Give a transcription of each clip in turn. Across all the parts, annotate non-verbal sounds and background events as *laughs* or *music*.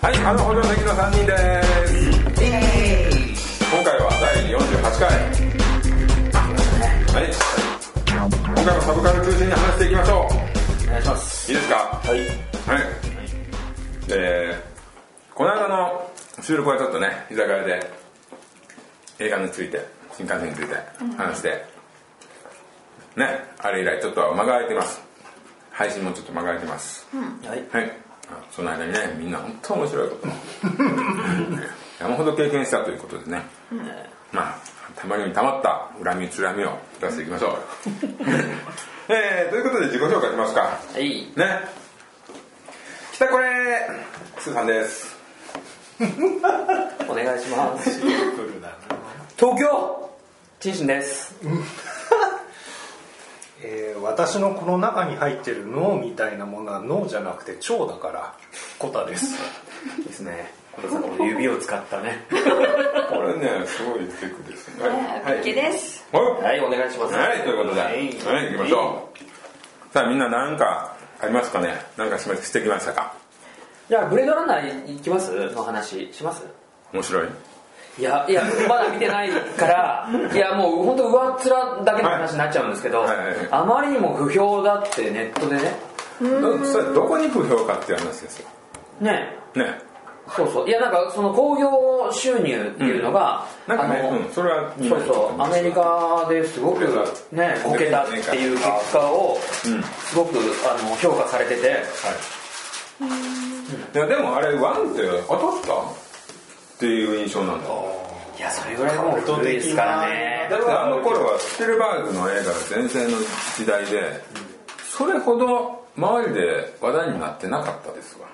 はい、あの補助席の3人です。今回は第48回。はい。今回もサブカル中心に話していきましょお願いしますう。いいですかはいはい。えー、この間の収録はちょっとね、居酒屋で映画について、新幹線について話して、ね、あれ以来ちょっと間が空いてます。配信もちょっと間が空いてます。はいはい。あその間にね、みんな本当面白い *laughs* ことを山ほど経験したということでね。まあ、たまりにたまった恨み、つらみを出していきましょう。 *laughs* えー、ということで自己紹介しますか。はいね。北これスーさんです。お願いします東京チンシンですえー私のこの中に入ってる脳みたいなものは脳じゃなくて腸だからコタですですね小田さんこの指を使ったねこれね、すごいテクですね。はい。けです。はいはいお願いしますはい、ということで、はい、行きましょう。さあ、みんななんかありますかねなんかしましてきましたかじゃあブレードランナー行きますの話します面白いいやいやまだ見てないからいやもう本当上っ面だけの話になっちゃうんですけど、はいはいはいあまりにも不評だってネットでねどそれどこに不評かっていう話ですよねねそうそういやなんかその興行収入っていうのが、なんかねあのうんそれはそうそうアメリカですごくねこけたっていう結果をんすごくあの評価されててはいいやでもあれワンって当たったっていう印象なんだいやそれぐらいもう古いですからねだからあの頃はスピルバーグの映画が全盛の時代でそれほど周りで話題になってなかったですわ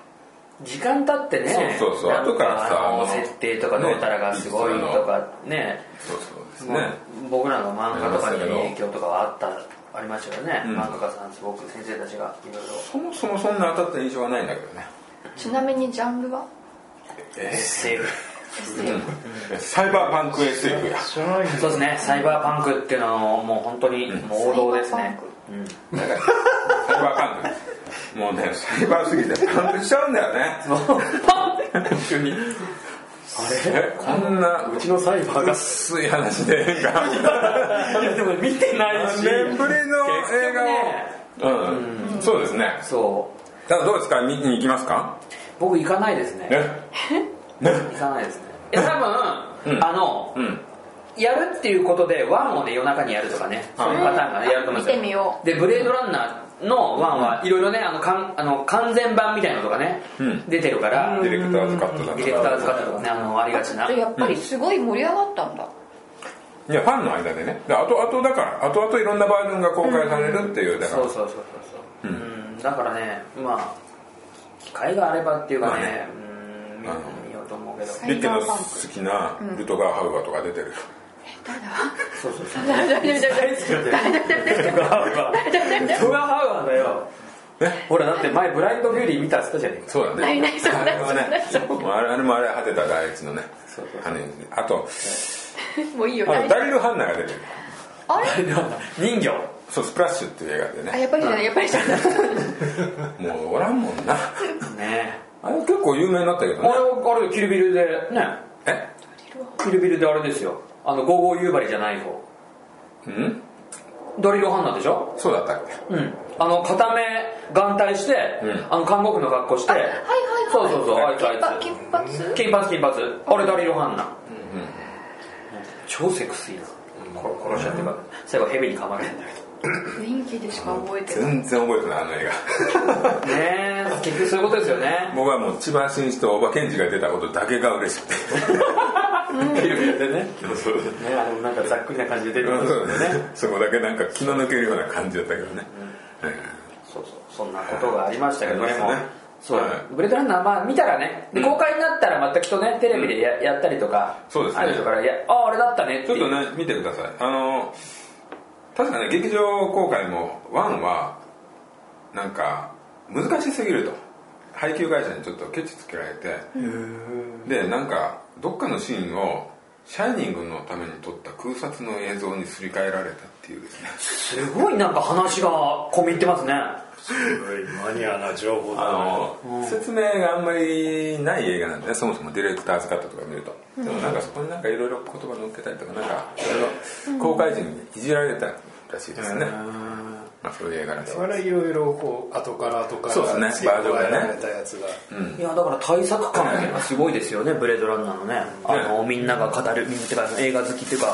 時間経ってねそうそうそうなん後からさあの設定とかねどうたらがすごいとかねそうそうですねもう僕らの漫画とかに影響とかはあったありましたよね、ん漫画家さんすごく先生たちがいろいろそもそもそんな当たった印象はないんだけどねちなみにジャンルはえ SF サイバーパンク SF や知らないんそうですねサイバーパンクっていうのをもう本当にもう王道ですサイバーねうんパンク、だからサイバーパンクですもうねサイバーすぎてパンクしちゃうんだよ *laughs* *laughs* ね急にあれこんなうちのサイバーが薄い話で映画 *laughs* いやでも見てないし何年ぶりの映画を、うん、そうですねそうただどうですか見に行きますか僕行かないですねね行かないですねいや多分、うんあの、うんやるっていうことでワンをね夜中にやるとかねそういうパターンがねやると思うんですよ見てみようでブレードランナーのワンはいろいろねあのかんあの完全版みたいなのとかね、うん出てるからディデレクターズカットだィったレクターズカットとかねあのありがちなでやっぱりすごい盛り上がったんだ。いやファンの間でねであとあとだからあとあといろんなバージョンが公開されるっていうだからそうそうそうそうそう、うん、だからねまあ機会があればっていうかね,、まあねうん見あよのう見ようと思うけどリッケの好きなルトガーハウアーとか出てるよ、そうそうそう大丈夫大丈夫大丈夫大丈夫大丈夫トガハウアー大丈夫トガハウアーだよねほらだって前ブラインドビューリー見たっつったじゃねえかそうだねないないそうあれはねないそうもうあれあれもあれは果てた第一のねそうそう羽根あともういいよあ大の丈ダリル・ハンナが出てる夫あれ人魚そうスプラッシュっていう映画であねやっぱりじゃないやっぱりじゃないもうおらんもんなねあれ結構有名になったけえどあれねあれキルビルでねえキルビルであれですよあのゴーゴー夕張じゃない方うんドリル・ハンナでしょそうだったっけうんあの片目眼帯して、うんあの看護婦の格好してはいはいはいそうそうそうあいつあいつ金髪金髪金髪金髪あれダリル・ハンナ、超セクシーな殺殺しちゃってから最後ヘビに噛まれてんだけ雰囲気でしか覚えてない全然覚えてないあの映画どねえ結局そういうことですよね僕はもう千葉真一と大場健二が出たことだけが嬉しくてヘビでねねそうそうあれもなんかざっくりな感じで出てますよね *laughs* そこだけなんか気の抜けるような感じだったけどね、うんそうそうそんなことがありましたけどはいでもありましたねそうはいブレードランナーまあ見たらねで公開になったらまたきっとねテレビでややったりとかそうですねあるからいやああれだったねってちょっいとうね見てくださいあの確かね劇場公開も1はなんか難しすぎると配給会社にちょっとケチつけられてでなんかどっかのシーンをシャイニングのために撮った空撮の映像にすり替えられたっていうですねすごいなんか話が込み入ってますねすごいマニアな情報だねあの、説明があんまりない映画なんでねそもそもディレクターズカットとか見ると、でもなんかそこになんかいろいろ言葉乗っけたりとかなんかいろいろ公開時にいじられたらしいですね、まあそういう映画らしいそれいろいろこう後から後からそうですね付けバ加ージョンがえねられたやつがいやだから対策感がねすごいですよねブレードランナーのねあのみんなが語るみんなってか映画好きっていうか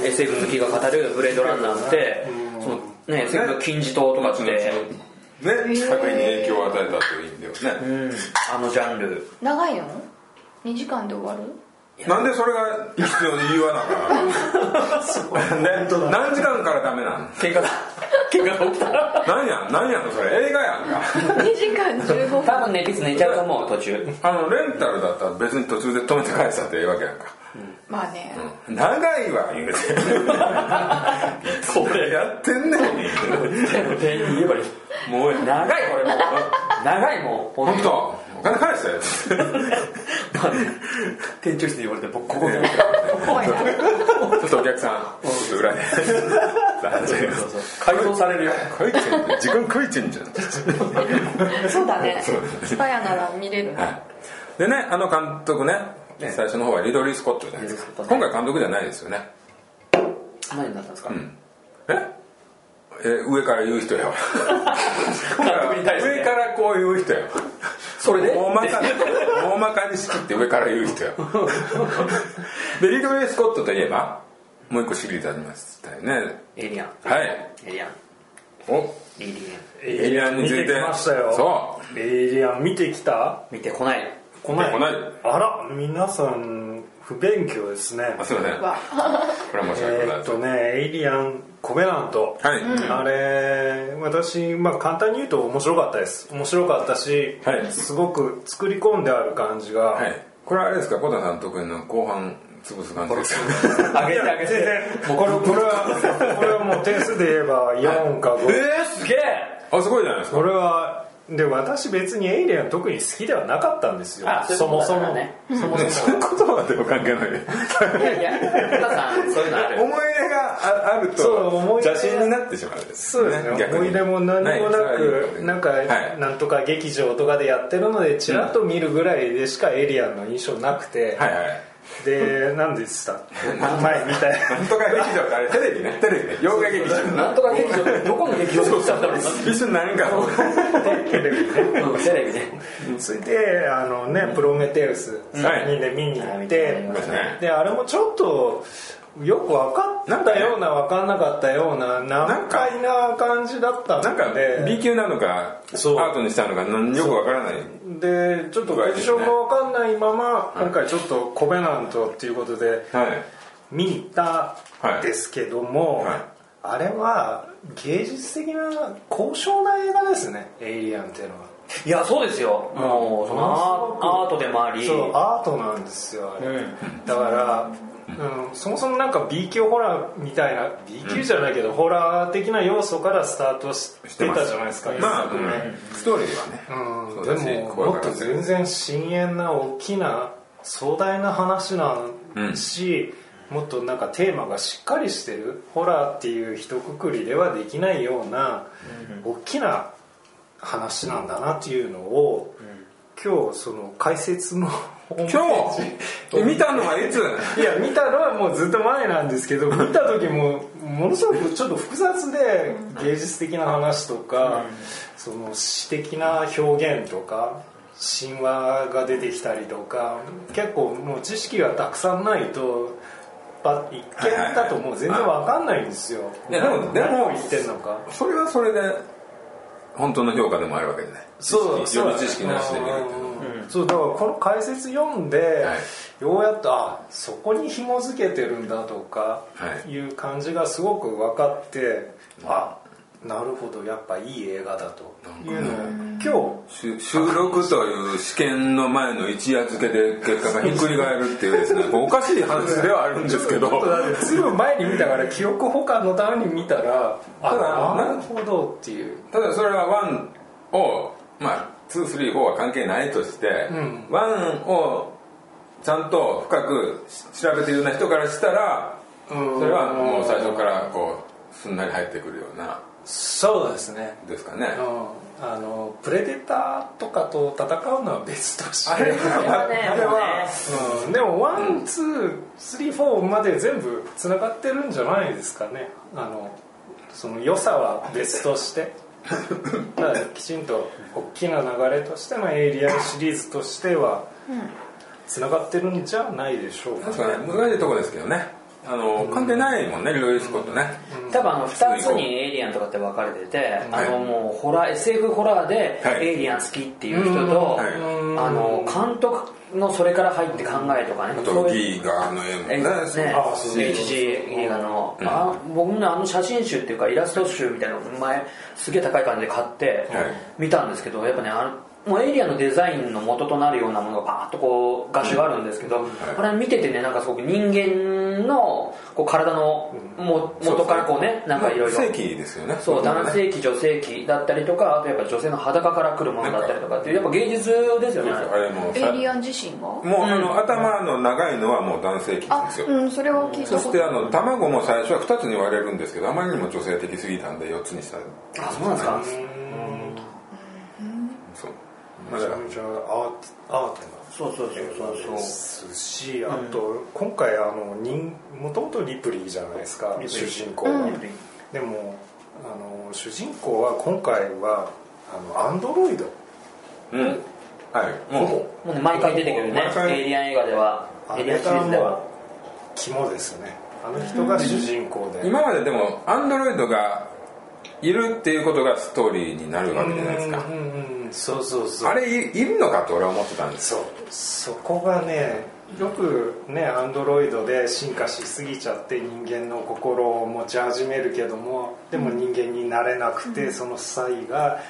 ね SF 好きが語るブレードランナーってそのね SF の金字塔とかってね作品に影響を与えたという意味ではね、うんあのジャンル長いの2時間で終わるなんでそれが必要に言わなあかんのね何時間からダメなん喧嘩が喧嘩が起きたなんやなんやのそれ映画やんか2時間15分多分ねピツ寝ちゃうと思う途中あのレンタルだったら別に途中で止めて返したってええわけやんか、まあね長いわ言うてこれやってんねん店員に言えばいいもうや長いこれもう長いもう本本当お金返せよ当店長室に言われて僕ここで怖いなちょっとお客さんちょっと裏でそうそう改造されるよ食いつんじゃん時間食いつんじゃんそうだねそうだねスパヤなら見れるはい、でねあの監督ね最初の方はリドリー・スコットじゃないですリドリースコットかね今回監督じゃないですよね何になったんですかええ上から言う人やわ監督に対してね上からこう言う人やわそれで大まかに大まかに仕切って上から言う *laughs* 人やわでリドリー・スコットといえばもう一個シリーズありましたよねエイリアンはいエイリアンおエイリアンエイリアンについて見てきましたよそうエイリアン見てきた見てこない来ない来ないあら皆さん不勉強ですねあすいませんわこれは申し訳ござえいーまっせんとねエイリアンコベナントはい、あれ私、まあ、簡単に言うと面白かったです面白かったし、はいすごく作り込んである感じが、はい、これはあれですか小田さん得意の後半潰す感じですかあげてあやげ全て然これこれはこれはもう点数で言えば4かえ5ー、すげえ *laughs* あすごいじゃないですかこれはで私別にエイリアン特に好きではなかったんですよあそういうそこもとそだからもねそもそもそういうこと *laughs* はでも関係ないいやいや皆さんそういうのあ思るい入れがああるとそう思い入れ邪神になってしまうんですそうですね逆に思い出も何もなはいそれはいいことくでなんかはいなんとか劇場とかでやってるのでちらっと見るぐらいでしかエイリアンの印象なくてはいはいで何でした前みたい *laughs* なんとか劇場ってあれテレビねテレビね洋画劇場なんとか劇場ってどこの劇場で来たんだろう一緒に何かのテレビねなうんテレビでそれであのね、プロメテウス3人で見に行って、はい見ましたねであれもちょっとよく分かったような分かんなかったような難解な感じだったなんかので B 級なのかアそうートにしたのかなんよくわからないでちょっとポジションが分かんないまま今回ちょっとコベナントっていうことではい見に行ったんですけども、はいはいあれは芸術的な高尚な映画ですね「エイリアン」っていうのは。いやそうですよもうそのアーアートでもありそうアートなんですよあれ、だから、うん、そもそもなんか B 級ホラーみたいな B 級じゃないけど、ホラー的な要素からスタートしてたじゃないですかまあ一作目うんストーリーはねうんそうだしでも怖いもかっらとね全然深遠な大きな壮大な話なんし、もっとなんかテーマがしっかりしてるホラーっていう一括りではできないような大きな話なんだなっていうのを、今日その解説の今今日え見たのはいついや見たのはもうずっと前なんで *laughs* すけど見た時もものすごくちょっと複雑で芸術的な話とかその詩的な表現とか神話が出てきたりとか結構もう知識がたくさんないとば一見だともう全然わかんないんですよいやでもでも何を言ってんのかそれはそれで本当の評価でもあるわけでねそう知識予備知識なしで見るっていうのはうんそうだからこの解説読んで、はいようやっとあそこに紐付けてるんだとかはいいう感じがすごく分かって、あなるほどやっぱいい映画だというのを今収収録という試験の前の一夜漬けで結果がひっくり返るっていうですねこうおかしい話ではあるんですけど日だってずいぶん前に見たから記憶保管のために見たらただあなるほどっていうただそれは1をまあ234は関係ないとして、ん1をちゃんと深くし調べてるような人からしたらうんそれはもう最初からこうすんなり入ってくるようなそうですねですかねうんあのプレデターとかと戦うのは別としてあれははねあれもうねはうん、でもワンツースリーフォーまで全部つながってるんじゃないですかねあのその良さは別として *laughs* だからきちんと大きな流れとしてのエイリアンシリーズとしてはつながってるんじゃないでしょうか確かね難しいとこですけどねあの関係ないもんねルーイスコットね多分あの2つにエイリアンとかって分かれてて、はいあのもうホラー SF ホラーではいエイリアン好きっていう人と、はいあの監督のそれから入って考えとかね、あそとういギうーガーの絵もえねね、あそう HG 映画の、あ僕もねあの写真集っていうかイラスト集みたいなの前すげえ高い感じで買って見たんですけどやっぱねあのもうエイリアンのデザインの元となるようなものがパーッとこう画集があるんですけど、あれ見ててねなんかすごく人間のこう体のも元からこうねなんかいろいろまあ正規ですよねそうだ男性器女性器だったりとかあとやっぱ女性の裸から来るものだったりとかっていうやっぱ芸術ですよねあれもうエさイリアン自身がもうあの頭の長いのはもう男性器なんあですようんそれは聞いたそこしとてあの卵も最初は2つに割れるんですけどあまりにも女性的すぎたんで4つにしたあそうなんですかそうまめあちだゃかめちゃアートアートなそうそうそうそうそうですしあと今回あの人もともとリプリーじゃないですかリプリー主人公は、うんでもあの主人公は今回はあのアンドロイドらうんはいほもぼうもうね毎回出てくるね毎回エイリアン映画ではあエイリアれンシリーがズでもうは肝ですねあの人が主人公で、今まででもアンドロイドがいるっていうことがストーリーになるわけじゃないですかうんうんうんそうそうそうあれいいるのかと俺は思ってたんですそうそこがねよくねアンドロイドで進化しすぎちゃって人間の心を持ち始めるけどもでも人間になれなくて、その際が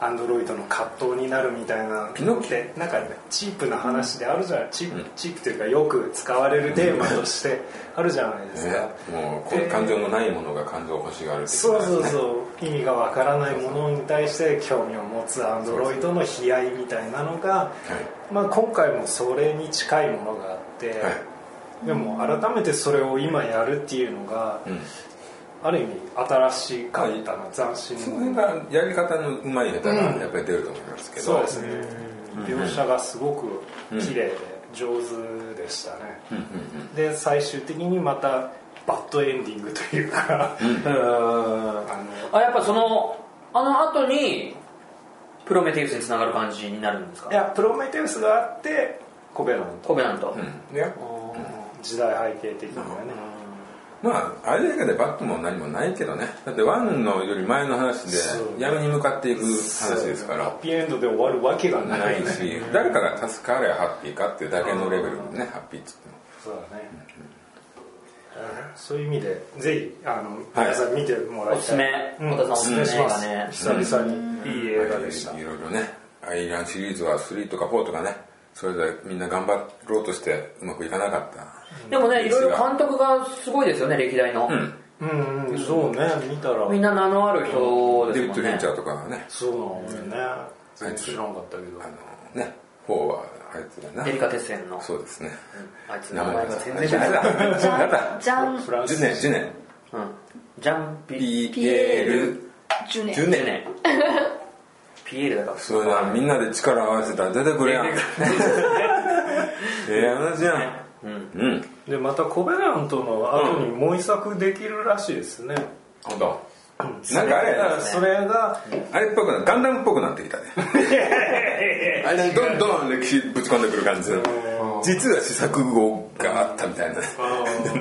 アンドロイドの葛藤になるみたいなピノキオでなんかチープな話であるじゃない、チープチープというかよく使われるテーマとしてあるじゃないですねか、もうこう感情のないものが感情を欲しがるっていそうそううそう意味がわからないものに対して興味を持つアンドロイドの悲哀みたいなのが、まあ、今回もそれに近いものがあって、はいでも改めてそれを今やるっていうのが、うんある意味新しかったな斬その新辺ながやり方のうまい下手がうんやっぱり出ると思いますけど、そうですね描写がすごく綺麗で上手でしたね、で最終的にまたバッドエンディングというか、 *laughs* あのあやっぱそのあの後にプロメテウスにつながる感じになるんですかいやプロメテウスがあってコベラントコベラント、ね時代背景的にはね、まああれだけでバットも何もないけどねだってワンのより前の話でそう闇に向かっていく話ですかハらッピーエンドで終わるわけがないないし誰かが助かればハッピーかっていうだけのレベルでねハッピーっつってもそうだね、そういう意味でぜひあの、はい皆さん見てもらいたいおすすめうん小田さんおすすめします、おす久々にいい映画でした、いろいろねアイランシリーズは3とか4とかねそれぞれみんな頑張ろうとしてうまくいかなかったでもねいろいろ監督がすごいですよね歴代の、うんうんそうね見たらみんな名のある人デでビすッド・もんフィンねチャーとかはねそうなのよね全然知らなかったけどあのね4はあいつだなデリカテッセンのそうですねあいつ名前が全然 *laughs* 出ないだじゃなんだんじゃんフランジスュネジュネうんジャンピピエールジュネジュピエーネルピエールだからそうだみんなで力を合わせたら出てくるやんええ話やんうんでまたコベラントの後にもう一作できるらしいですね、ほんとなんかあれそれがあれっぽくなガンダムっぽくなってきたねあれどんどん歴史ぶち込んでくる感じの実は試作語があったみたいな全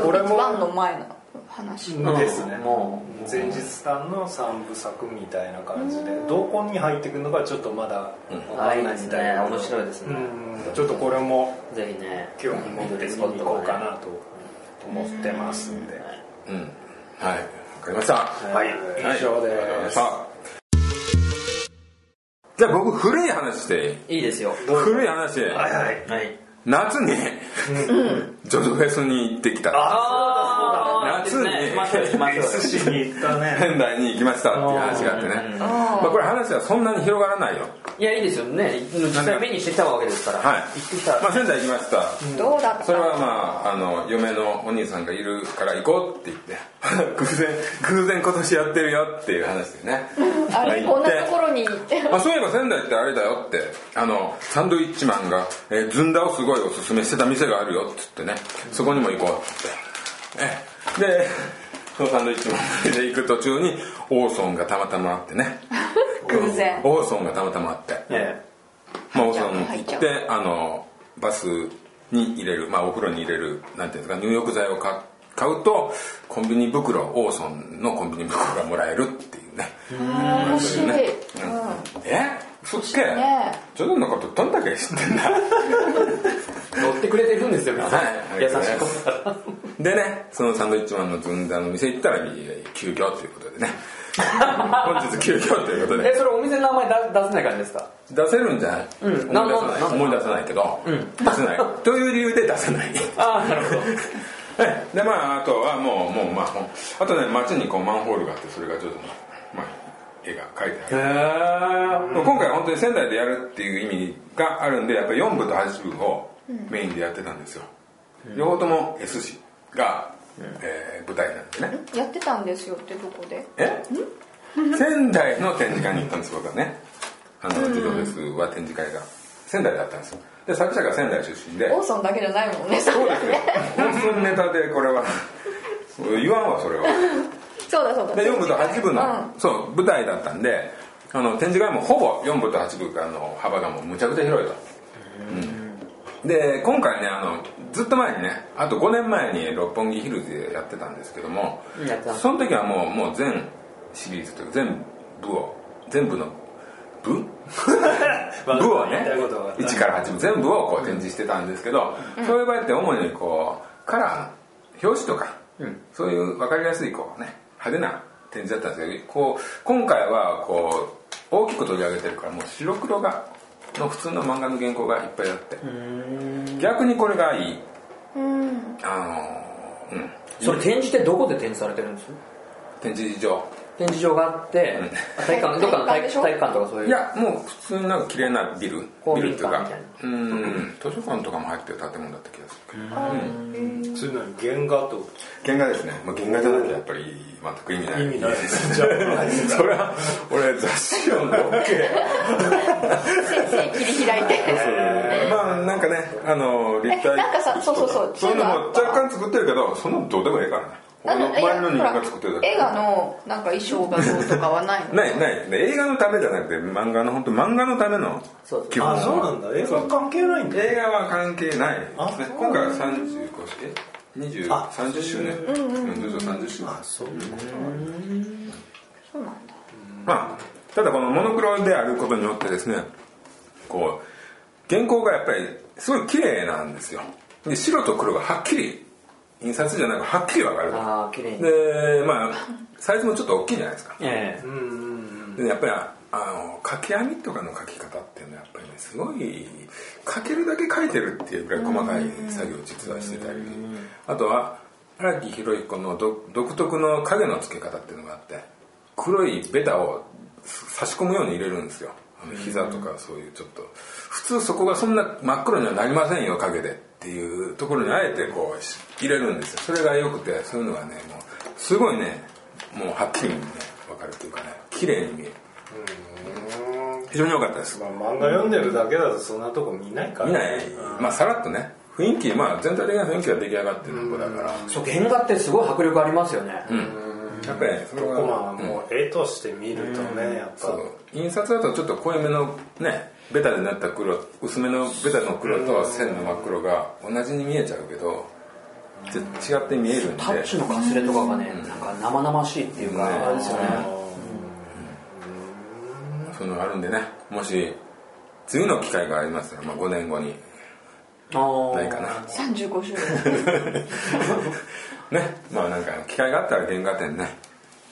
部俺もワンの前の話うんですねもう前日譚の三部作みたいな感じで同梱に入ってくるのがちょっとまだわあかいんいないですみたいねな面白いですね、うんちょっとこれもぜひね興味持って見に行こうかなと思ってますんでうんはいわかりましたはい以上はいわかりでましすたじゃあ僕古い話していいいいですよ古い話はいはいはい夏にジョジョフェスに行ってきたあそうだそうだ夏にまあそうですまあそうです寿司に行ったね仙台に行きましたっていう話があってねまあこれ話はそんなに広がらないよいいやいいですよね実際目にしてきたわけですから、はい行ってきたまあ仙台行きました、どうだったそれはまああの嫁のお兄さんがいるから行こうって言って *laughs* 偶然偶然今年やってるよっていう話でね *laughs* あれこんなところろに行ってあそういえば仙台ってあれだよってあのサンドイッチマンが、えーずんだをすごいおすすめしてた店があるよっつってねそこにも行こうって言ってええでそのサンドイッチマンで行く途中にオーソンがたまたまあってね偶然オーソンがたまたまあってえまあ、おその入っ行ちゃっうてあのバスに入れる、まあ、お風呂に入れるなんていうんですか入浴剤を買買うとコンビニ袋オーソンのコンビニ袋がもらえるっていうね面白い、ねうんえそっけねジョジョのことどんだけ知ってんだえ乗ってくれてるんですよ皆さん、はい優しいことだからでねそのサンドイッチマンのずんだの店行ったらえー休業ということでね本日休業ということでえそれお店の名前出出せない感じですか出せるんじゃない、うん思い出さなんないなん思い出さないけど、出せないという理由で出せないああなるほどええでまああとはもうもうまあほんあとね街にこうマンホールがあってそれがちょっとまあ絵が描いてある、へ今回は本当に仙台でやるっていう意味があるんでやっぱり4部と8部をメインでやってたんですよ、両方とも S 氏が、えー舞台なんでねやってたんですよってどこでえ仙台の展示会に行ったんです僕はねあの児童フェスは展示会が仙台だったんですよで作者が仙台出身でオーソンだけじゃないもんねそそうれですよ本当にネタでこれは言わんわそれはそうだそうだで4部と8部の、うんそう舞台だったんであの展示会もほぼ4部と8部があの幅がもうむちゃくちゃ広いと、うんで今回ねあのずっと前にねあと5年前に六本木ヒルズでやってたんですけどもうんやってたその時はもうもう全シリーズというか全部を全部の部部をね1から8部全部をこう展示してたんですけど、そういう場合って主にこうカラーの表紙とか、そういう分かりやすいこうね派手な展示だったんですけどこう今回はこう大きく取り上げてるからもう白黒がの普通の漫画の原稿がいっぱいあって逆にこれがいいうんあのうんそれ展示ってどこで展示されてるんです展示場展示場があって、あ体育館どっかの体体育育館でしょ体育館とかそういういやもう普通になんか綺麗なビル公ビ民ルっていうか館うん図書館とかも入ってる建物だった気がするそういうのに原画と原画ですね、まあ、原画じゃなきゃやっぱり全く意味ない意味ないですじゃあそれは *laughs* 俺雑誌読んで OK 先生切り開いてまあなんかねあの立体えなんかさそうそうそうそういうのもそ若ういうのあった干作ってるけどそんなのどうでもええからね俺の周りの人間が作ってるだけ映画のなんか衣装がどうとかはない *laughs* のないないで映画のためじゃなくて漫画の本当漫画のためのそう基本はあそうなんだ映画関係ないんだ映画は関係ないですねあそうなんだ今回は35え20あ30周年うんずっと30周年そうそうなんだまあ、ただこのモノクロであることによってですねこう原稿がやっぱりすごい綺麗なんですよで白と黒がはっきり印刷じゃなくはっきり分かるああ綺麗にでまあサイズもちょっと大きいじゃないですかええでやっぱりあの書き網とかの書き方っていうのはやっぱりねすごい書けるだけ書いてるっていうぐらい細かい作業を実はしてたりあとは荒木宏彦のど独特の影の付け方っていうのがあって黒いベタを差し込むように入れるんですよあの膝とかそういうちょっと普通そこがそんな真っ黒にはなりませんよ影でっていうところにあえてこうし入れるんですよそれが良くてそういうのがねもうすごいねもうはっきりね分かるというかね綺麗に見える非常に良かったですまあ漫画読んでるだけだとそんなとこ見ないから見ないまあさらっとね雰囲気まあ全体的な雰囲気が出来上がってるとこだからそう原画ってすごい迫力ありますよね、やっぱりねそれここははもう絵として見るとねやっそぱう印刷だとちょっと濃いめのねベタになった黒薄めのベタの黒と線の真っ黒が同じに見えちゃうけどちょ違って見えるんでタッチのかすれとかがね、なんか生々しいっていうか、ねあれですよねそういうのがあるんでねもし次の機会がありましたら、まあ、5年後にあーないか *laughs* な35周年ねまあなんか機会があったら原画展ね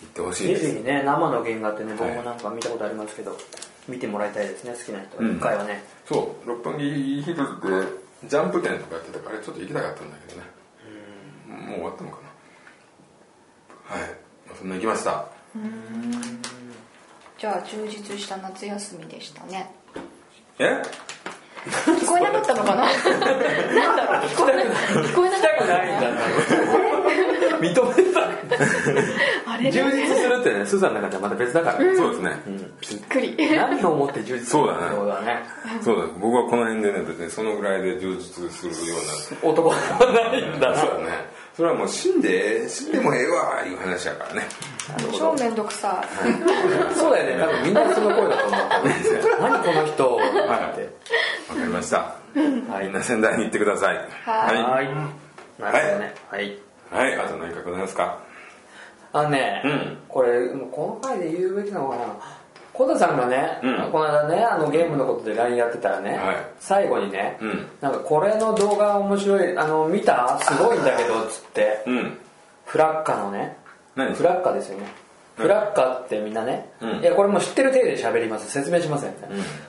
行ってほしぜいでひぜすひね生の原画ってね僕はいもなんか見たことありますけど、見てもらいたいですね好きな人うん一回はね、そう六本木ヒルズでジャンプ展とかやってたからあれちょっと行きたかったんだけどねもう終わったのかなはい、まあ、そんな行きましたじゃあ充実した夏休みでしたねえ聞こえなかったのかななんだろう聞こえな聞こえなかったのかないんだな認めたあれ充実するってねスーさんの中ではまた別だから、そうですね、びっくり *laughs* 何を思って充実するそうだねってことだねそうだ僕はこの辺でね別にそのぐらいで充実するよう男はないんだななそうだねそれはもう死んで死んでもええわいう話やからね超めんどくさそうだよね多分みんなその声だと思う *laughs* 何この人はいわかりましたはみいんな仙台に行ってくださいはいははいなるほどねはいはい、あと何かございますかあのね、うんこれもうこの回で言うべきなのかなコタさんがね、うんこの間ねあのゲームのことで LINE やってたらね、はい最後にね、うんなんかこれの動画面白いあの見たすごいんだけどっつって、うんフラッカのね何フラッカですよねフラッカってみんなね、うんいやこれもう知ってる体で喋ります説明しませんね、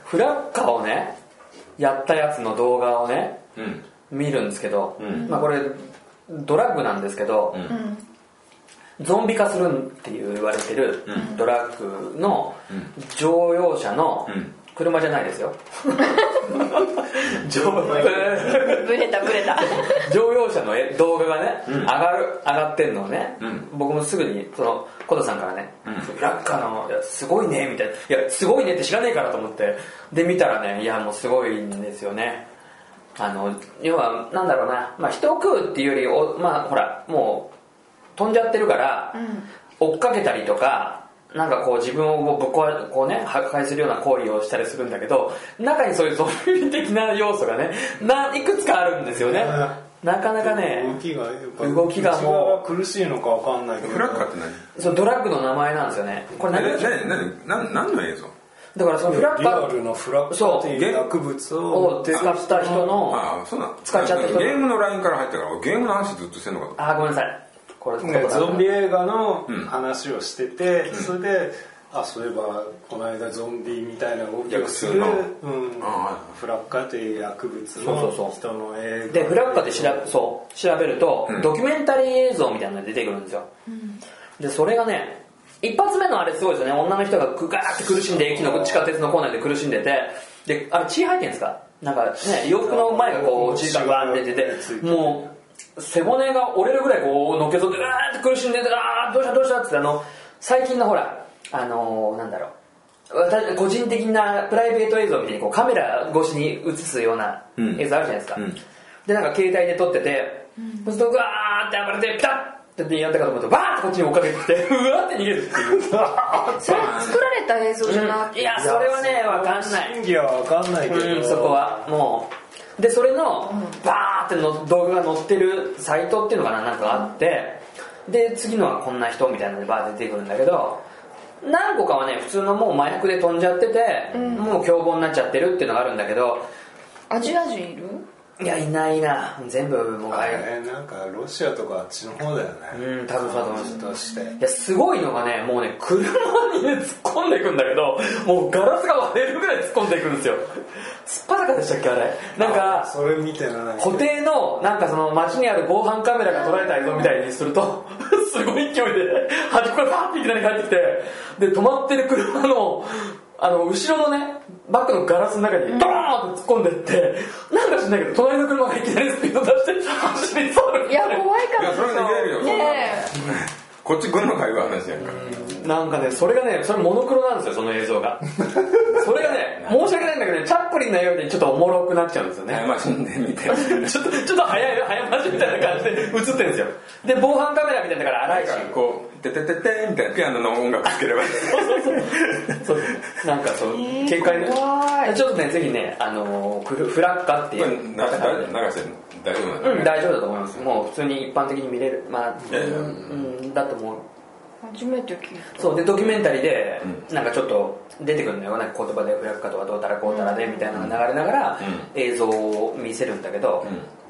フラッカをねやったやつの動画をねうん見るんですけど、んまあこれドラッグなんですけど、んゾンビ化するっていう言われてるドラッグの乗用車のうん車じゃな *laughs* いですよ乗 *laughs* ブレたブレた乗用車のえ動画がね、上がる上がってんのをね、ん僕もすぐにそのコトさんからね「フラッカーのいやすごいね」みたいな「いやすごいね」って知らねえからと思ってで見たらねいやもうすごいんですよねあの要はなんだろうな、まあ、人を食うっていうよりおまあほらもう飛んじゃってるから、追っかけたりとかなんかこう自分をぶっ壊こうね破壊するような行為をしたりするんだけど中にそういうゾンビ的な要素がねないくつかあるんですよね、 *laughs* なかなかね動きがやっぱ動きがもう内側が苦しいのかわかんないけどフラッカーって何そうドラッグの名前なんですよねこれ何え何何何何の映像だからそのフラッリパアルなフラッカーという薬物をを使った人のああそうなの使っちゃった人ゲームのラインから入ったからゲームの話ずっとしてんのかとあーごめんなさいこれねゾンビ映画のん話をしてて、それであそういえばこの間ゾンビみたいな動きをすいる、やう普んああ、フラッカーという薬物そうそうのそう人の映画でフラッカーで調べそう調べると、ドキュメンタリー映像みたいなのが出てくるんですよ、でそれがね一発目のあれすごいですよね女の人がグガーって苦しんで駅の地下鉄の構内で苦しんでてであれ血入ってんですかなんかね洋服の前がこう血がバーって出てもう背骨が折れるぐらいこうのけぞってうわーって苦しんでてあーどうしたどうしたっつってあの最近のほらあのーなんだろう私個人的なプライベート映像みたいにこうカメラ越しに映すような映像あるじゃないですか、んでなんか携帯で撮ってて、そうするとうわーって暴れてピタッってやったかと思うとバーってこっちに追っかけてきてうわーって逃げるって *laughs* いうそれ作られた映像じゃなくいてやそれはねわかんない真偽はわかんないけど、うんそこはもうでそれのバーっての動画が載ってるサイトっていうのかななんかあってで次のはこんな人みたいなのでバーって出てくるんだけど何個かはね普通のもう麻薬で飛んじゃってて、もう凶暴になっちゃってるっていうのがあるんだけどアジア人いるいやいないな全部もうあ麻薬れなんかロシアとかあっちの方だよねうん多分そうだと思いますとしていやすごいのがねもうね車にね突っ込んでいくんだけどもうガラスが割れるぐらい突っ込んでいくんですよすっぱだかでしたっけあれなんかそれ見てない固定のなんかその街にある防犯カメラが捉えた映像みたいにすると *laughs* すごい勢いで端っこからバーっていきなり帰ってきてで止まってる車のあの後ろのねバックのガラスの中にドーンって突っ込んでってなんか知んないけど隣の車がいきなりスピード出して走り去るいや怖いかいらやそれは逃げるよねこっち軍の会話話やんかなんかねそれがねそれモノクロなんですよその映像 *laughs* がそれがね申し訳ないんだけどねチャップリンのようにちょっとおもろくなっちゃうんですよね悩ましんでみたい *laughs* なちょっとちょっと早い早回しみたいな感じで映ってるんですよで防犯カメラみたいなのだから荒いしこう「てててて」みたいなピアノの音楽つければいいそうなんかそう警戒ね怖いちょっとねぜひねあのーフルフラッカーっていこれう流してるの大丈夫なのうん大丈夫だと思いますもう普通に一般的に見れるまあやいやうんだと思う初めて聞いそうでドキュメンタリーでなんかちょっと出てくるのよなんか言葉でフラッカーとかどうたらこうたらでみたいなのが流れながら映像を見せるんだけど、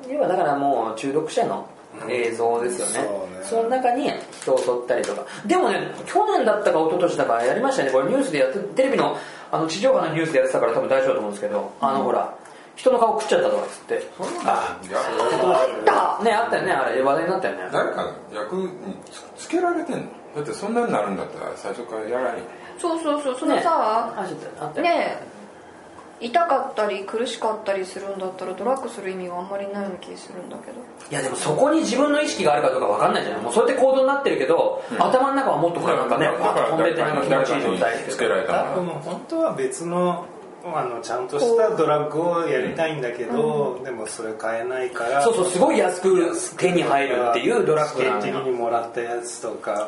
要はだからもう中毒者の映像ですよね,、うんその中に人を撮ったりとかでもね去年だったか一昨年だかやりましたねこれニュースでやってテレビのあの地上波のニュースでやってたから多分大丈夫だと思うんですけどあのほら人の顔食っちゃったとかっつってあいやたねあったよねあれ話題になったよね誰かの役につつけられてんのだってそんなになるんだったら最初からやらへんそうそうそうそのさあちょっとあったよねえ痛かったり苦しかったりするんだったらドラッグする意味はあんまりないような気するんだけどいやでもそこに自分の意識があるかどうか分かんないじゃないもうそうやって行動になってるけど、頭の中はもっとこれなんかねだバーッと飛んでてなんか気持誰ちかいい状に態でつすけけらどれたあかこの本当は別のあのちゃんとしたドラッグをやりたいんだけど、でもそれ買えないからそうそうすごい安く手に入るっていうドラッグな試験的のにもらったやつとかを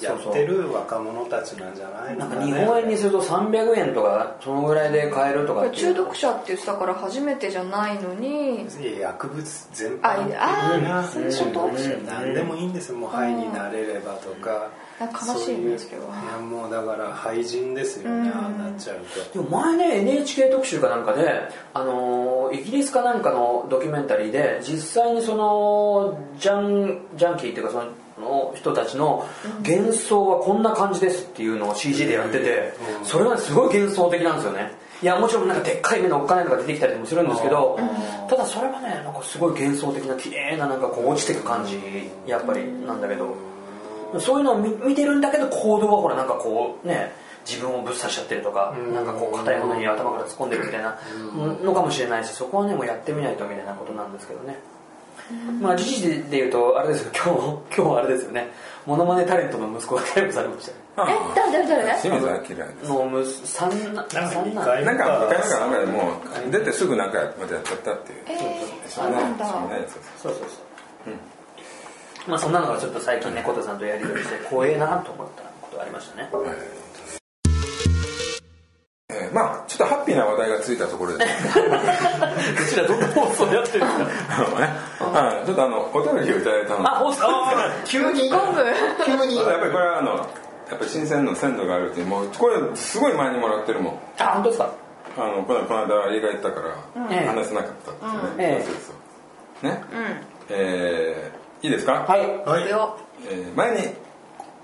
やってる若者たちなんじゃないなんのかかね日本円にすると300円とかそのぐらいで買えるとこかっれていう中毒者って言ってたから初めてじゃないのいにや薬物全あ般い的あなーそういうこと何でもいいんですよもう肺になれればとかなんか悲しいねそれはやもうだから廃人ですよねああなっちゃうでも前ね NHK 特集かなんかで、あのーイギリスかなんかのドキュメンタリーで実際にそのジャンジャンキーっていうかそのの人たちの幻想はこんな感じですっていうのを CG でやっててそれがすごい幻想的なんですよねいやもちろんなんかでっかい目のおっかないのが出てきたりもするんですけどただそれはねなんかすごい幻想的な綺麗ななんかこう落ちてく感じやっぱりなんだけどそういうのを見見てるんだけど行動はほらなんかこうね自分をぶっ刺しちゃってるとかなんかこう硬いものに頭から突っ込んでるみたいなのかもしれないしそこはねもうやってみないとみたいなことなんですけどねまあ時事で言うとあれですよ *laughs* 今日今日はあれですよねモノマネタレントの息子が逮捕されましたよらえあ誰誰あ誰清水明ですのむ三男三男なんか昔かなんかでもう出てすぐなんかまたやっちゃったっていうえー、そそううなんだねそうそうそうまあそんなのがちょっと最近ねコトさんとやり取りして怖えなと思った *laughs* ことがありましたねえーまあちょっとハッピーな話題がついたところで *laughs* ですねうちらどんな放送やってるんですかあのねはいちょっとあのお便りをいただいたのであ放送あ急にゴム急にやっぱりこれはあのやっぱ新鮮の鮮度があるっていうもうこれすごい前にもらってるもんーあ本当ですかあのこのこの間映画行ったからええ話せなかったんですよね、ええそうそうそうねえーいいですか、はいうんよえー前に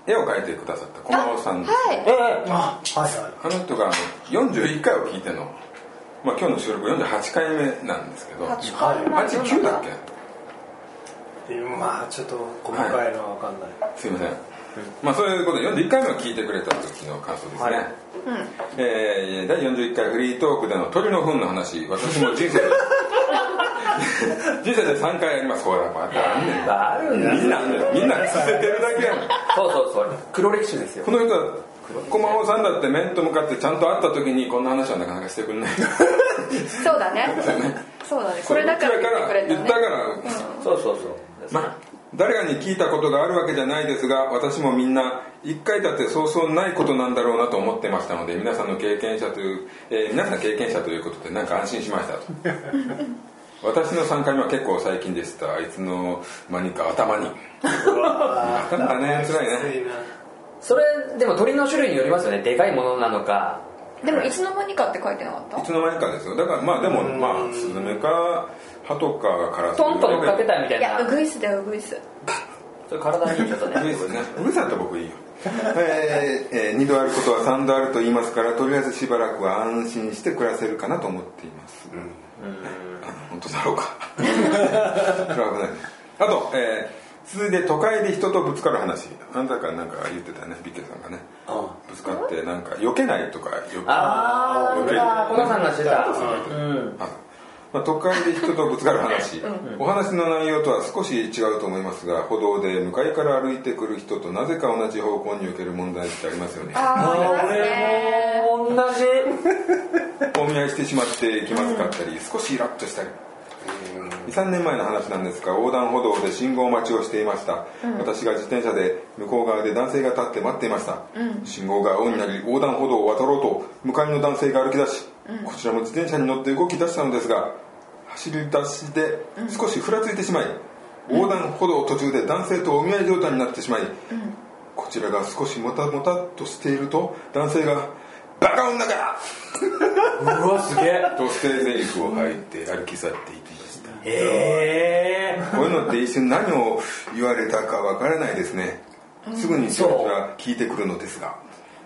絵を描いてくださった駒尾さんです、はいええあはいはいあの人があの41回を聞いての、まあ、今日の収録48回目なんですけど八回前89だっけまあちょっと細かいのは分かんない、すいません、まあそういうことで41回目を聞いてくれた時の感想ですね、はいえー第41回フリートークでの鳥の糞の話私も人生で人生で3回ありますこれはまたあんねんあるんだみんなみんな捨ててるだけやもんそうそうそう黒歴史ですよこの人は駒尾さんだって面と向かってちゃんと会った時にこんな話はなかなかしてくれないそうだねそうだね *laughs* これだから言ってくれた言っねたからそうそうそうまあ、誰かに聞いたことがあるわけじゃないですが私もみんな一回だってそうそうないことなんだろうなと思ってましたので皆さんの経験者という、えー皆さん経験者ということでなんか安心しましたと *laughs* 私の3回目は結構最近でしたあいつの間にか頭に頭がね辛いねいなそれでも鳥の種類によりますよねでかいものなのかでもいつの間にかって書いてなかいっつの間にかですよだからまあでもまあスズメかハトかカラストンと乗っかってたみたたいいやなウグイスだよウグイスそれ体にいいちょっとうる *laughs* ねさいね *laughs* うるさいと僕いいよえーえー二度あることは三度あると言いますからとりあえずしばらくは安心して暮らせるかなと思っています、うん、本当だろうか *laughs* それは危ないねあと、えー続いて都会で人とぶつかる話あんたからなんか言ってたねビッケさんがねぶつかってなんか避けないとか避けあー避けるあーこの話してあたまあ、都会で人とぶつかる話、お話の内容とは少し違うと思いますが歩道で向かいから歩いてくる人となぜか同じ方向に避ける問題ってありますよねあーありますね俺も同じお見合いしてしまって気まずかったり、少しイラッとしたり23年前の話なんですが横断歩道で信号待ちをしていました、私が自転車で向こう側で男性が立って待っていました、信号が青になり横断歩道を渡ろうと向かいの男性が歩き出し、こちらも自転車に乗って動き出したのですが走り出しで少しふらついてしまい、横断歩道途中で男性とお見合い状態になってしまい、こちらが少しもたもたっとしていると男性が「バカ女が!」うわすげえと捨て台詞を吐いて歩き去っていきました *laughs* ええこういうのって一瞬何を言われたかわからないですねすぐにそれが聞いてくるのですが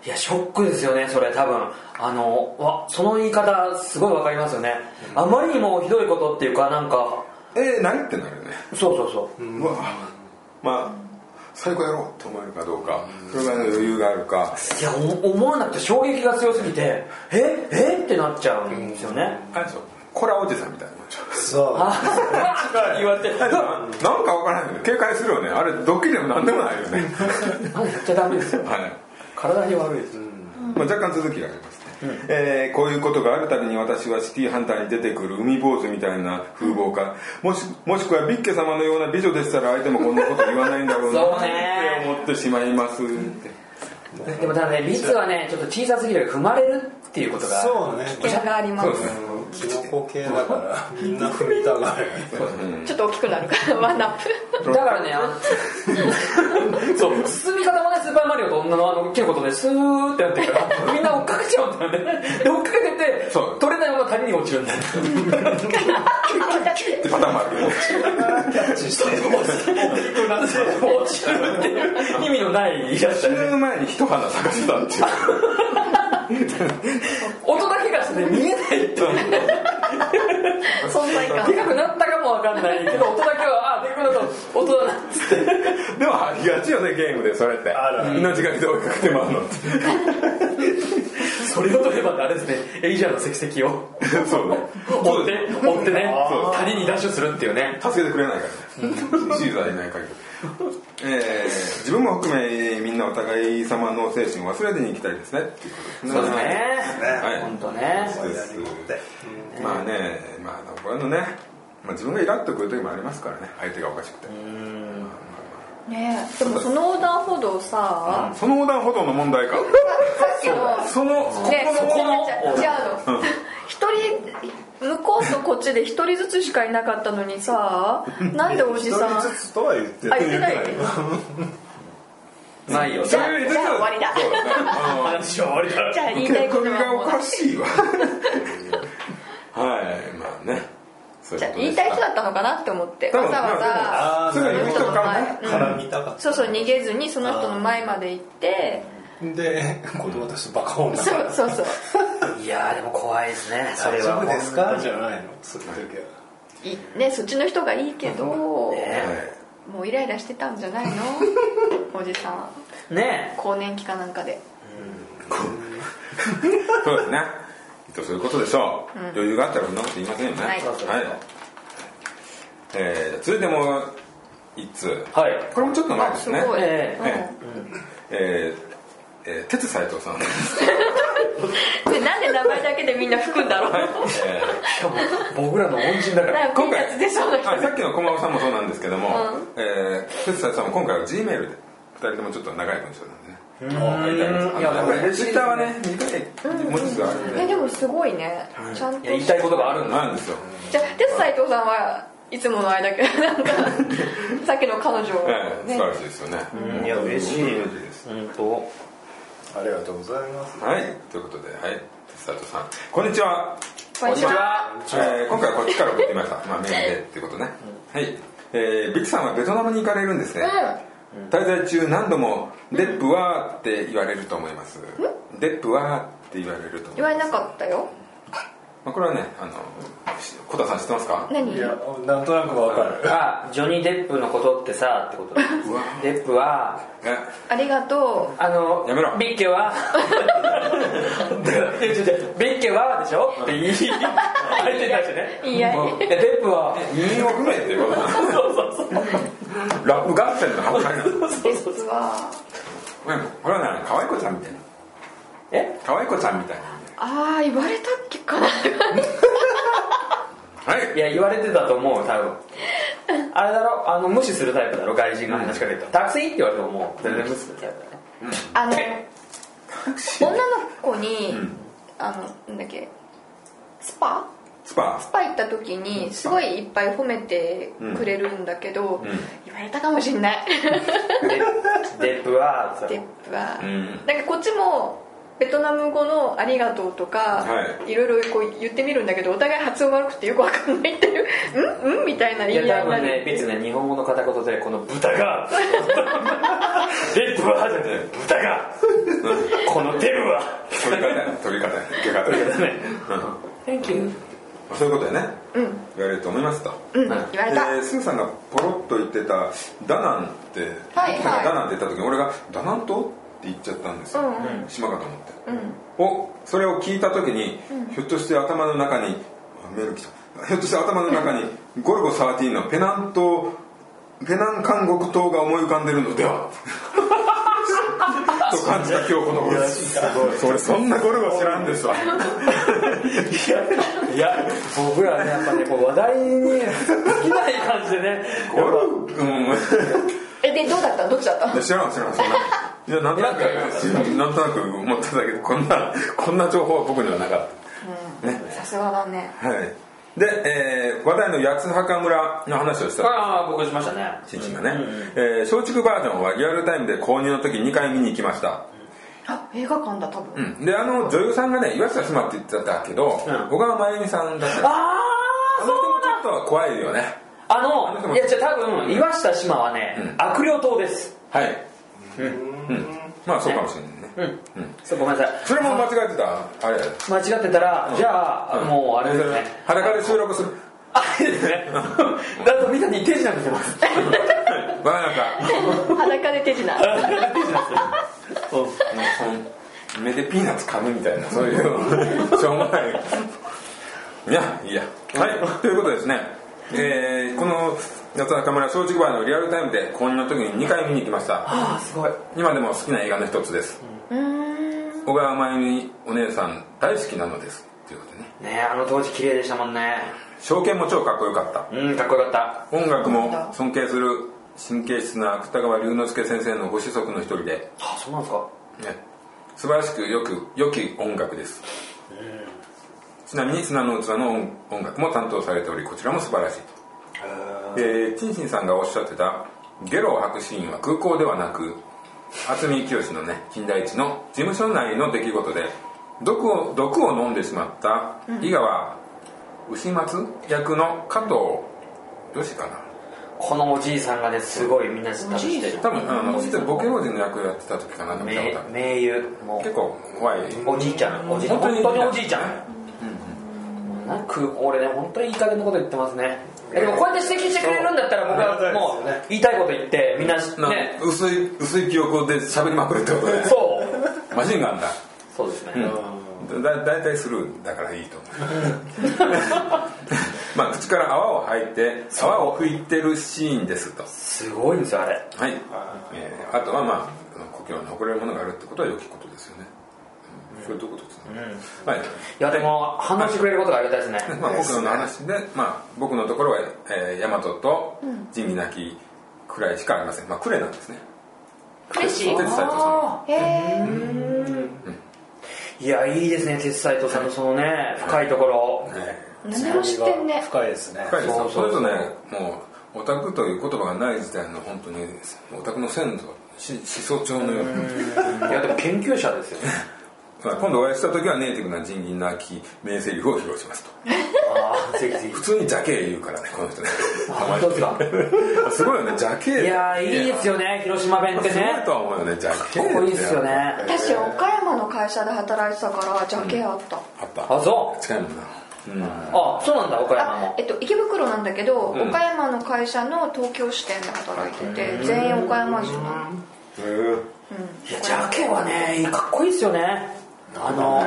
いやショックですよねそれ多分あのわその言い方すごいわかりますよねあまりにもひどいことっていうかなんかえー、何ってなるよねそうそうそううわまあ最高やろうって思えるかどうかそれぐらいの余裕があるかいやお思わなくて衝撃が強すぎてええってなっちゃうんですよね、あれでしょコラおじさんみたいなもんでしょそう *laughs* 言われてあれななんかわからないけど警戒するよねあれドッキリでもなんでもないよねあやっちゃダメですよはい体に悪いです、まあ、若干続きがありますね、えーこういうことがあるたびに私はシティハンターに出てくる海坊主みたいな風貌かもしもしくはビッケ様のような美女でしたら相手もこんなこと言わないんだろうなそうねって思ってしまいますってでもただね率はねちょっと小さすぎるから踏まれるっていうことがそうね危険がありますそうですねキノコ系だからみんな踏みたがるちょっと大きくなるからワンナッ *laughs* プだからねあの *laughs* そう進み方もねスーパーマリオと女のあのキノコとねスーってなってるからみんな追っかけちゃうんだよねで追っかけててそう取れないまま谷に落ちるんだよ *laughs* でパターンもあるよね *laughs* 落ちるっていう意味のないやつ死だねぬ前に一花咲かせたっていう音だけがして見えないって存在感でかくなったかもわかんないけど音だけはあでかくなった音だなっつってでもありがちよねゲームでそれってあるある命がけで追いかけてもらうのってそれを取ればってあれですねエイジアの石石をそうね追って追ってねあー谷にダッシュするっていうね助けてくれないからねシーザーいない限り、えー自分も含めみんなお互い様の精神を忘れずにいきたいですねっていうことですねそうですねはい本当でねすまあねまあこれのね、まあ、自分がイラッとくる時もありますからね相手がおかしくてねえでもその横断歩道さその横断歩道の問題かさっきのそのここねの違うの一人向こうとこっちで一人ずつしかいなかったのに *laughs* さなんでおじさん一人ずつとは言ってあ言ってないないよじゃあじゃあ終わりだそうねあの話は終わりだじゃあ言い受たけいこ組とみはがもおうかし *laughs* いわはいまあねそうじうゃあことで言いしたい人だったのかなって思って多わ分ざわあざーすぐその言う人とのか前ねうん絡みたかっそうそう逃げずにその人の前まで行ってたで子供たちとバカ女そうそうそういやーでも怖いですねそれ大丈は夫ですかじゃないのそういう時はいねそっちの人がいいけどもねうイライラしてたんじゃないのおじさんね更年期かなんかでそうですね。きっとそういうことでしょう。余裕があったらそんなこと言いませんよね。はいえー続いてもう一通。はいこれもちょっと前あですすね。ごいえうんええーえー、鉄斎藤さんです。これなんで名前だけでみんな吹くんだろうはい。えしかも僕らの恩人だかならんかピーナッツ出そうなーあさ人っきの駒尾さんもそうなんですけども、うんえー鉄斎さんも今回は G メールで二人ともちょっと長い文章なんでね。うんあいややっぱり嬉しいツイッターはね短い文字数があるんえで。でもすごいねちゃんいとや言いたいことがあるんだなんですよ。じゃあで斎藤さんはいつもの間だけどなんかさっきの彼女えー素をね晴らしいですよね。いや嬉しい嬉です。本当ありがとうございますはい、ということで、はい、スタートさん、こんにちは。こんにちはえー今回はこっちから送ってみました。 *laughs* まあ、メールでっていうことね。はい、えービクさんはベトナムに行かれるんですね。滞在中、何度もデップはーって言われると思います。デップはーって言われると思い言まわす。れなかったよまあ、これはね、あの、し小田さん知ってますか。何いやなんとなくわかるあジョニー・デップのことってさってことだうわデップはえ、ありがとあのやめろビッケはいや違う違うビッケはでしょって言い相手に対してねういいやうんえデップは韻を踏めっていうこと *laughs* なそうそうそうラップ合 *laughs* 戦の反対なの。実はうんこれはね、可愛い子ちゃんみたいな。え可愛い子ちゃんみたいな。ああ言われたっけか *laughs* なはい。いや言われてたと思う多分あれだろあの無視するタイプだろ外人が話しかけるとタクシーって言われてももう全然無視するタイプだねあの女の子に、あのなんだっけスパスパスパ行った時にすごいいっぱい褒めてくれるんだけど、言われたかもしんない *laughs* デデップはデップは、んなんかこっちもベトナム語の「ありがとう」とか、、はいろいろこう言ってみるんだけどお互い発音悪くてよくわかんないっていう「うんうん?」みたいない言いや多合いにな分るね別にね日本語の片言でこの豚 *laughs* がデップはじゃねえ豚 *laughs* がこのデブは取り方や取り方や受け方や Thank you そういうことだよね、うん言われると思いますと、うんはい言われたでスーさんがポロッと言ってた「ダナン」って、はいなんかはいダナンって言った時に俺が「ダナンと?」って言っちゃったんですよ、うん島かと思って、うんおそれを聞いた時に、ひょっとして頭の中にあメール来たひょっとして頭の中に「ゴルゴ13」のペナントペナン監獄島が思い浮かんでるので *laughs* はと感じた今日この頃それそんなゴルゴ知らんですわいや僕らねやっぱねこう話題に尽きない感じでねゴルゴうんえでどうだったどっちだったいや知らん知らんそんないやなんとなくなんとなく思ってただけどこんな *laughs* こんな情報は僕にはなかっさすがだねたはいで、えー話題の八つ墓村の話をしたああ僕しましたねチンチンがね、えー松竹バージョンはリアルタイムで購入の時2回見に行きました、あ映画館だ多分うん、であの女優さんがね岩下志麻って言ってたけど、小川真由美さんだったあああのそ人うもちょっと怖いよねああの人のもいやじゃあ多分岩下志麻はね、悪霊党ですはいうん、まあそうかもしれないねうん、そうごめんなさいそれも間違えてたあれや間違ってたら、じゃあ、もうあれですね裸で収録するあれです *laughs* ねだとみんなに手品見せ *laughs* ますバカなんか裸で手品目でピーナッツ噛むみたいなそういうしょうもないいやいやはいということですね、えーこの夏中村松竹梅のリアルタイムで購入の時に2回見に行きましたああすごい今でも好きな映画の一つです小川真由美お姉さん大好きなのですということでねねあの当時綺麗でしたもんね証券も超かっこよかったうんかっこよかっ音楽も尊敬する神経質な芥川龍之介先生のご子息の一人でたあそうなんですかね、素晴らしくよく良き音楽です、ちなみに「砂の器」の音音楽も担当されておりこちらも素晴らしいとえーチンチンさんがおっしゃってたゲロを吐くシーンは空港ではなく渥美清のね金田一の事務所内の出来事で毒を毒を飲んでしまった井川牛松役の加藤よしかなこのおじいさんがねすごいみんな知ったしてる多分あのボケ老人の役やってた時かな見たこ名とある名優も結構怖いうんおじいちゃんおじいちゃん本当におじいちゃんなんか俺ね本当にいい加減なこと言ってますねでもこうやって指摘してくれるんだったら僕はもそうう言いたいこと言ってみんなしなね薄い薄い記憶で喋りまくるってことねそうマシンガンだそうですね、だだだいたいスルーだからいい *laughs* と思うまあ口から泡を吐いて泡を吹いてるシーンですとすごいんですよあれはい、えーあとはまあ故郷に誇れるものがあるってことは良きことですよね、うんそういうことですね、はいいやでも反応してくれることがありがたいですねまあ、僕の話で、まあ、僕のところは、えー、大和と仁義なきくらいしかありません、まあ、クレなんですね嬉しい鉄斎藤さんあーへいやいいですね鉄斎藤さんのそのね深いところえ何でも知ってんね深いですね深いですよそそうれそとうねもうオタクという言葉がない時代の本当にオタクの先祖し思想帳のよういやでも研究者ですよねまあ今度お会いした時はネイティブな人銀なき名セリフを披露しますと *laughs* ああぜひぜ普通に邪形言うからねこの人ね本当ですかすごいよね邪形いやいいですよね広島弁ってすごいねとは思うよね邪形ここいいですよね私岡山の会社で働いてたからジャケあったあったあそう近いもんなうんあそうなんだ岡山あもえっと池袋なんだけど岡山の会社の東京支店で働いてて全員岡山人なのいやジャケはねかっこいいですよねあの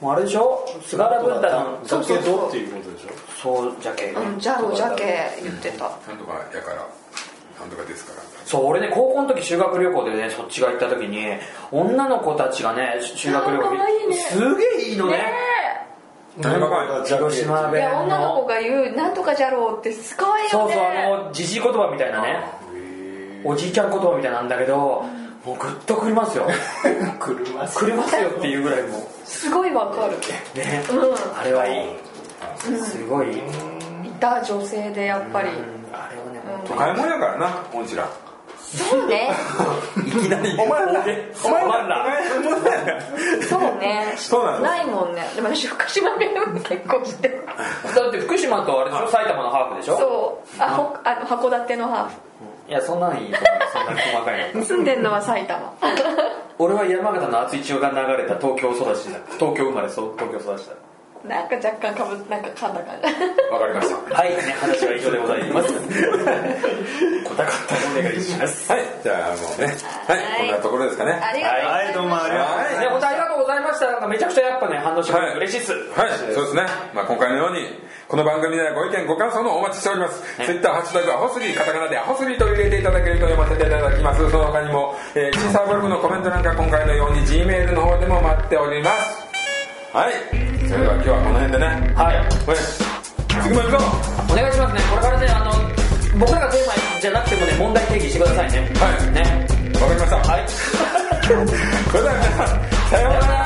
もうあれでしょ菅原文太のジャケドっていうことでしょそうジャケうんジャロジャケ言ってたなんとかやからなんとかですからそう俺ね高校の時修学旅行でねそっちが行った時に女の子たちがね修学旅行あー可愛いねすげえいいのねね誰が怖いジャケ広島えい弁やの女の子が言う「なんとかじゃろう」ってすごいそようねそうあのじじい言葉みたいなねおじいちゃん言葉みたいなんだけどもうグッとくります *laughs* よ車くりますよっていうぐらいもすごいわかるうねうあれはいいすごいうんんいた女性でやっぱりあれはね本都会もんやからなおん *laughs* ちらそうね当いきなりお前らお前らそうねそうなのないもんねでも私福島弁も結構してるだって福島とあれでしょ埼玉のハーフでしょそうあほあの函館のハーいやそんなのいいと思うそんな細か *laughs* いのフ住んでんのは埼玉 *laughs* 俺は山形の熱い血が流れた東京育ちだ東京生まれそう東京育ちだなんか若干かぶなんか噛んだ感じわかりましたはい、ね、話は以上でござい *laughs* ます。お高かったお願いしますはいじゃあもうねはいこんなところですかねありがとうございます、はいはどうもありがとうございまねい、本当ありがとうございました。なんかめちゃくちゃやっぱね、反応してくれて嬉しいっす。はい、そうですね。まあ今回のように、この番組ではご意見、ご感想のお待ちしております。ツイッター、ハッシュタグ、アホスリー、カタカナでアホスリーと入れていただけると読ませていただきます。その他にも、えー、シーサーブログのコメントなんか今回のように Gmail の方でも待っております。はい、それでは今日はこの辺でね。はい。はい、次も行こお願いしますね。これからね、あの、僕らがテーマじゃなくてもね、問題提起してくださいね。はいね。 *laughs* うわかりました。はい。それでは皆さん、さようなら